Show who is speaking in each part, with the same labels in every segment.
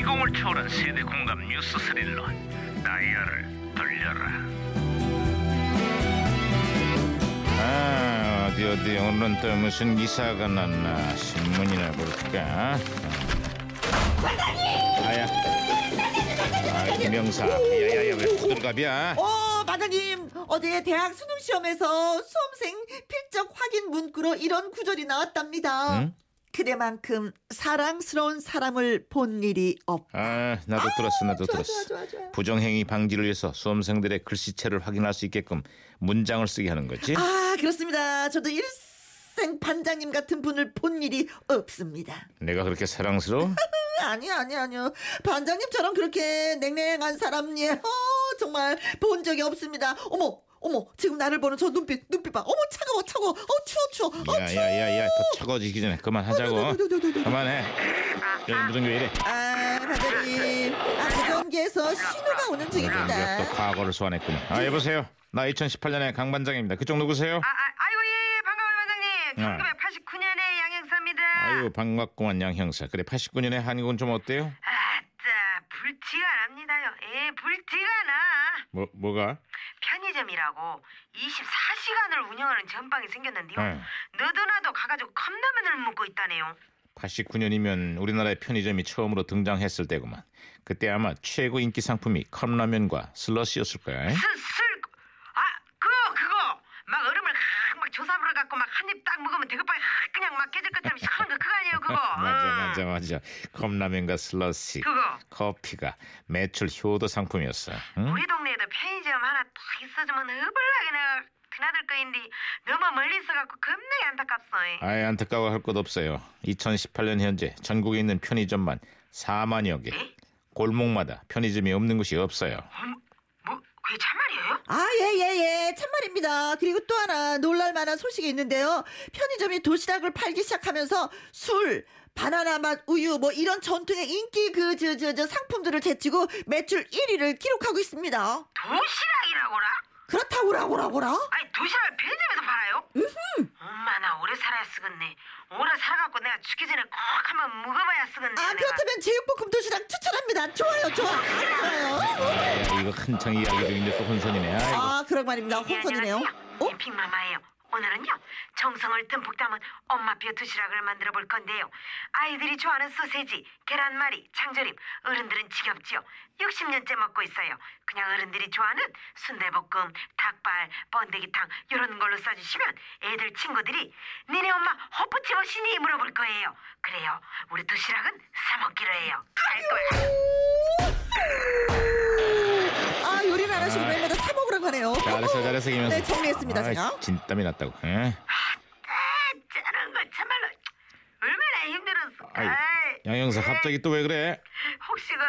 Speaker 1: 유쾌한 세대 공감 뉴스 스릴러 다이얼을 돌려라
Speaker 2: 아 어디 어디 오늘은 또 무슨 기사가 났나 신문이나 볼까 아야 아 김영사 야야야 왜 호들갑이야
Speaker 3: 어, 반장님, 어제 대학 수능 시험에서 수험생 필적 확인 문구로 이런 구절이 나왔답니다.
Speaker 2: 응?
Speaker 3: 그대만큼 사랑스러운 사람을 본 일이 없.
Speaker 2: 아 나도 들었어 나도
Speaker 3: 좋아,
Speaker 2: 들었어
Speaker 3: 좋아, 좋아, 좋아.
Speaker 2: 부정행위 방지를 위해서 수험생들의 글씨체를 확인할 수 있게끔 문장을 쓰게 하는 거지
Speaker 3: 아, 그렇습니다. 저도 일생 반장님 같은 분을 본 일이 없습니다.
Speaker 2: 내가 그렇게 사랑스러워
Speaker 3: 아니요, 아니요, 아니요. 반장님처럼 그렇게 냉랭한 사람, 예, 어, 정말 본 적이 없습니다. 어머, 어머, 지금 나를 보는 저 눈빛, 눈빛 봐. 어머, 차가워, 차가워. 어, 추워, 추워. 어, 추워.
Speaker 2: 야야야야 더 차가워지기 전에
Speaker 3: 어,
Speaker 2: 그만하자고 그만해 야 무슨 왜 이래
Speaker 3: 아, 반장님. 아, 대전기에서 신호가 오는
Speaker 4: 네.
Speaker 2: 내가 아, 또
Speaker 3: 중입니다.
Speaker 2: 과거를 소환했구만 아 여보세요 나 2018년의 강 반장입니다 그쪽 누구세요
Speaker 4: 아, 아, 아이고 예, 예 반가워요 반장님.
Speaker 2: 응.
Speaker 4: 1989년에 양형사입니다.
Speaker 2: 네. 아유 반갑구만 양 형사. 그래 89년에 한국은 좀 어때요?
Speaker 4: 아따 불티가 납니다요. 예, 불티가 나.
Speaker 2: 뭐 뭐가?
Speaker 4: 편의점이라고 24시간을 운영하는 전방이 생겼는데요.
Speaker 2: 응.
Speaker 4: 너도나도 가가지고 컵라면을 먹고 있다네요.
Speaker 2: 89년이면 우리나라의 편의점이 처음으로 등장했을 때구만. 그때 아마 최고 인기 상품이 컵라면과 슬러시였을 거야. 잉?
Speaker 4: 슬슬 아 그거 그거 막 얼음을 확, 막 조사부를 갖고 막 한 입 딱 먹으면 대급방이 확 그냥 막 깨질 것처럼 시원한 거 그거 아니에요 그거.
Speaker 2: 맞아
Speaker 4: 응.
Speaker 2: 맞아 맞아. 컵라면과 슬러시,
Speaker 4: 그거.
Speaker 2: 커피가 매출 효도 상품이었어. 응?
Speaker 4: 우리 동네에도 편의점 하나 딱 있어주면 허블나게 내가 드나들 거인데 너무 멀리 있어갖고 겁나게 안타깝소.
Speaker 2: 아예 안타까워할 것 없어요. 2018년 현재 전국에 있는 편의점만 4만여 개. 골목마다 편의점이 없는 곳이 없어요.
Speaker 4: 뭐 그게 참말이에요?
Speaker 3: 아, 예, 예, 예. 참말입니다. 그리고 또 하나 놀랄만한 소식이 있는데요. 편의점이 도시락을 팔기 시작하면서 술, 바나나 맛, 우유, 뭐 이런 전통의 인기 그, 저, 저, 저 상품들을 제치고 매출 1위를 기록하고 있습니다.
Speaker 4: 도시락이라고라?
Speaker 3: 그렇다고라고라고라?
Speaker 4: 아니 도시락을 편의점에서 팔아요? 엄마 나 오래 살아야 쓰겠네. 오래 살아갖고 내가 죽기 전에 꼭 한번 먹어봐야 쓰겠네.
Speaker 3: 아,
Speaker 4: 내가.
Speaker 3: 그렇다면 제육볶음 도시락 추천합니다. 좋아요, 좋아. 아주 좋아요.
Speaker 2: 야, 이거 한창 이야기 중인데 또 혼선이네. 아이고.
Speaker 3: 아, 그런 말입니다.
Speaker 4: 예,
Speaker 3: 혼선이네요.
Speaker 4: 안녕하세요.
Speaker 3: 어?
Speaker 4: 핑마마예요. 오늘은요 정성을 듬뿍 담은 엄마표 도시락을 만들어 볼 건데요. 아이들이 좋아하는 소세지, 계란말이, 장조림. 어른들은 지겹지요. 60년째 먹고 있어요. 그냥 어른들이 좋아하는 순대볶음, 닭발, 번데기탕 이런 걸로 싸주시면 애들 친구들이 니네 엄마 호프집 오시니 물어볼 거예요. 그래요. 우리 도시락은 사 먹기로 해요. 알 거야.
Speaker 3: 아 요리를 안 하시고 매일마다 사 먹으라고 하네요.
Speaker 2: 잘했어 잘했어 김현수
Speaker 3: 네 정리했습니다
Speaker 2: 아이,
Speaker 3: 제가.
Speaker 2: 진땀이 났다고 예? 에?
Speaker 4: 짜는 거 참말로 얼마나 힘들었을까.
Speaker 2: 아이고, 양 형사
Speaker 4: 에이.
Speaker 2: 갑자기 또 왜 그래
Speaker 4: 혹시 그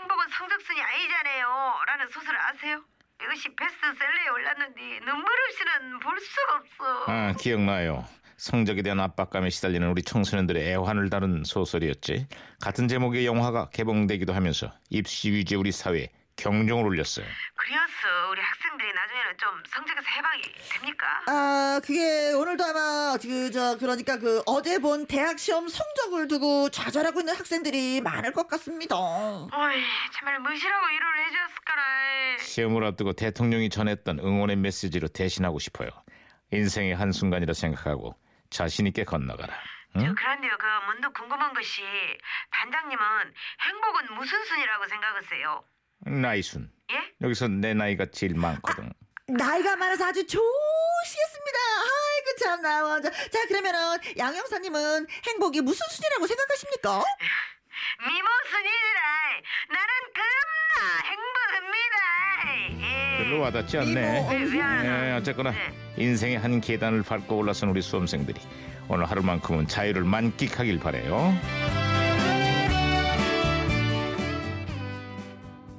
Speaker 4: 행복은 성적순이 아니잖아요 라는 소설 아세요? 이것이 베스트셀러에 올랐는데 눈물 없이는 볼 수가 없어
Speaker 2: 아 기억나요 성적에 대한 압박감에 시달리는 우리 청소년들의 애환을 다룬 소설이었지 같은 제목의 영화가 개봉되기도 하면서 입시 위주의 우리 사회에 경종을 울렸어요
Speaker 4: 그래서 우리 학생들이 나중에는 좀 성적에서 해방이 됩니까?
Speaker 3: 아 그게 오늘도 아마 그 저 그러니까 그 어제 본 대학 시험 성적을 두고 좌절하고 있는 학생들이 많을 것 같습니다.
Speaker 4: 어이 정말 무시라고 위로를 해주었을까라
Speaker 2: 시험을 앞두고 대통령이 전했던 응원의 메시지로 대신하고 싶어요 인생의 한순간이라 생각하고 자신 있게 건너가라
Speaker 4: 저 그런데요 그 문득 궁금한 것이 반장님은 행복은 무슨 순이라고 생각하세요?
Speaker 2: 나이순
Speaker 4: 예?
Speaker 2: 여기서 내 나이가 제일 많거든
Speaker 3: 나이가 많아서 아주 좋으시겠습니다. 아이고 참나 완전. 자 그러면은 양 형사님은 행복이 무슨 순이라고 생각하십니까?
Speaker 4: 미모 순이라 나는 겁나 행복합니다 예.
Speaker 2: 별로 와닿지 않네
Speaker 3: 이모,
Speaker 4: 왜, 왜
Speaker 2: 예,
Speaker 4: 하나?
Speaker 2: 어쨌거나
Speaker 4: 네.
Speaker 2: 인생의 한 계단을 밟고 올라선 우리 수험생들이 오늘 하루만큼은 자유를 만끽하길 바래요.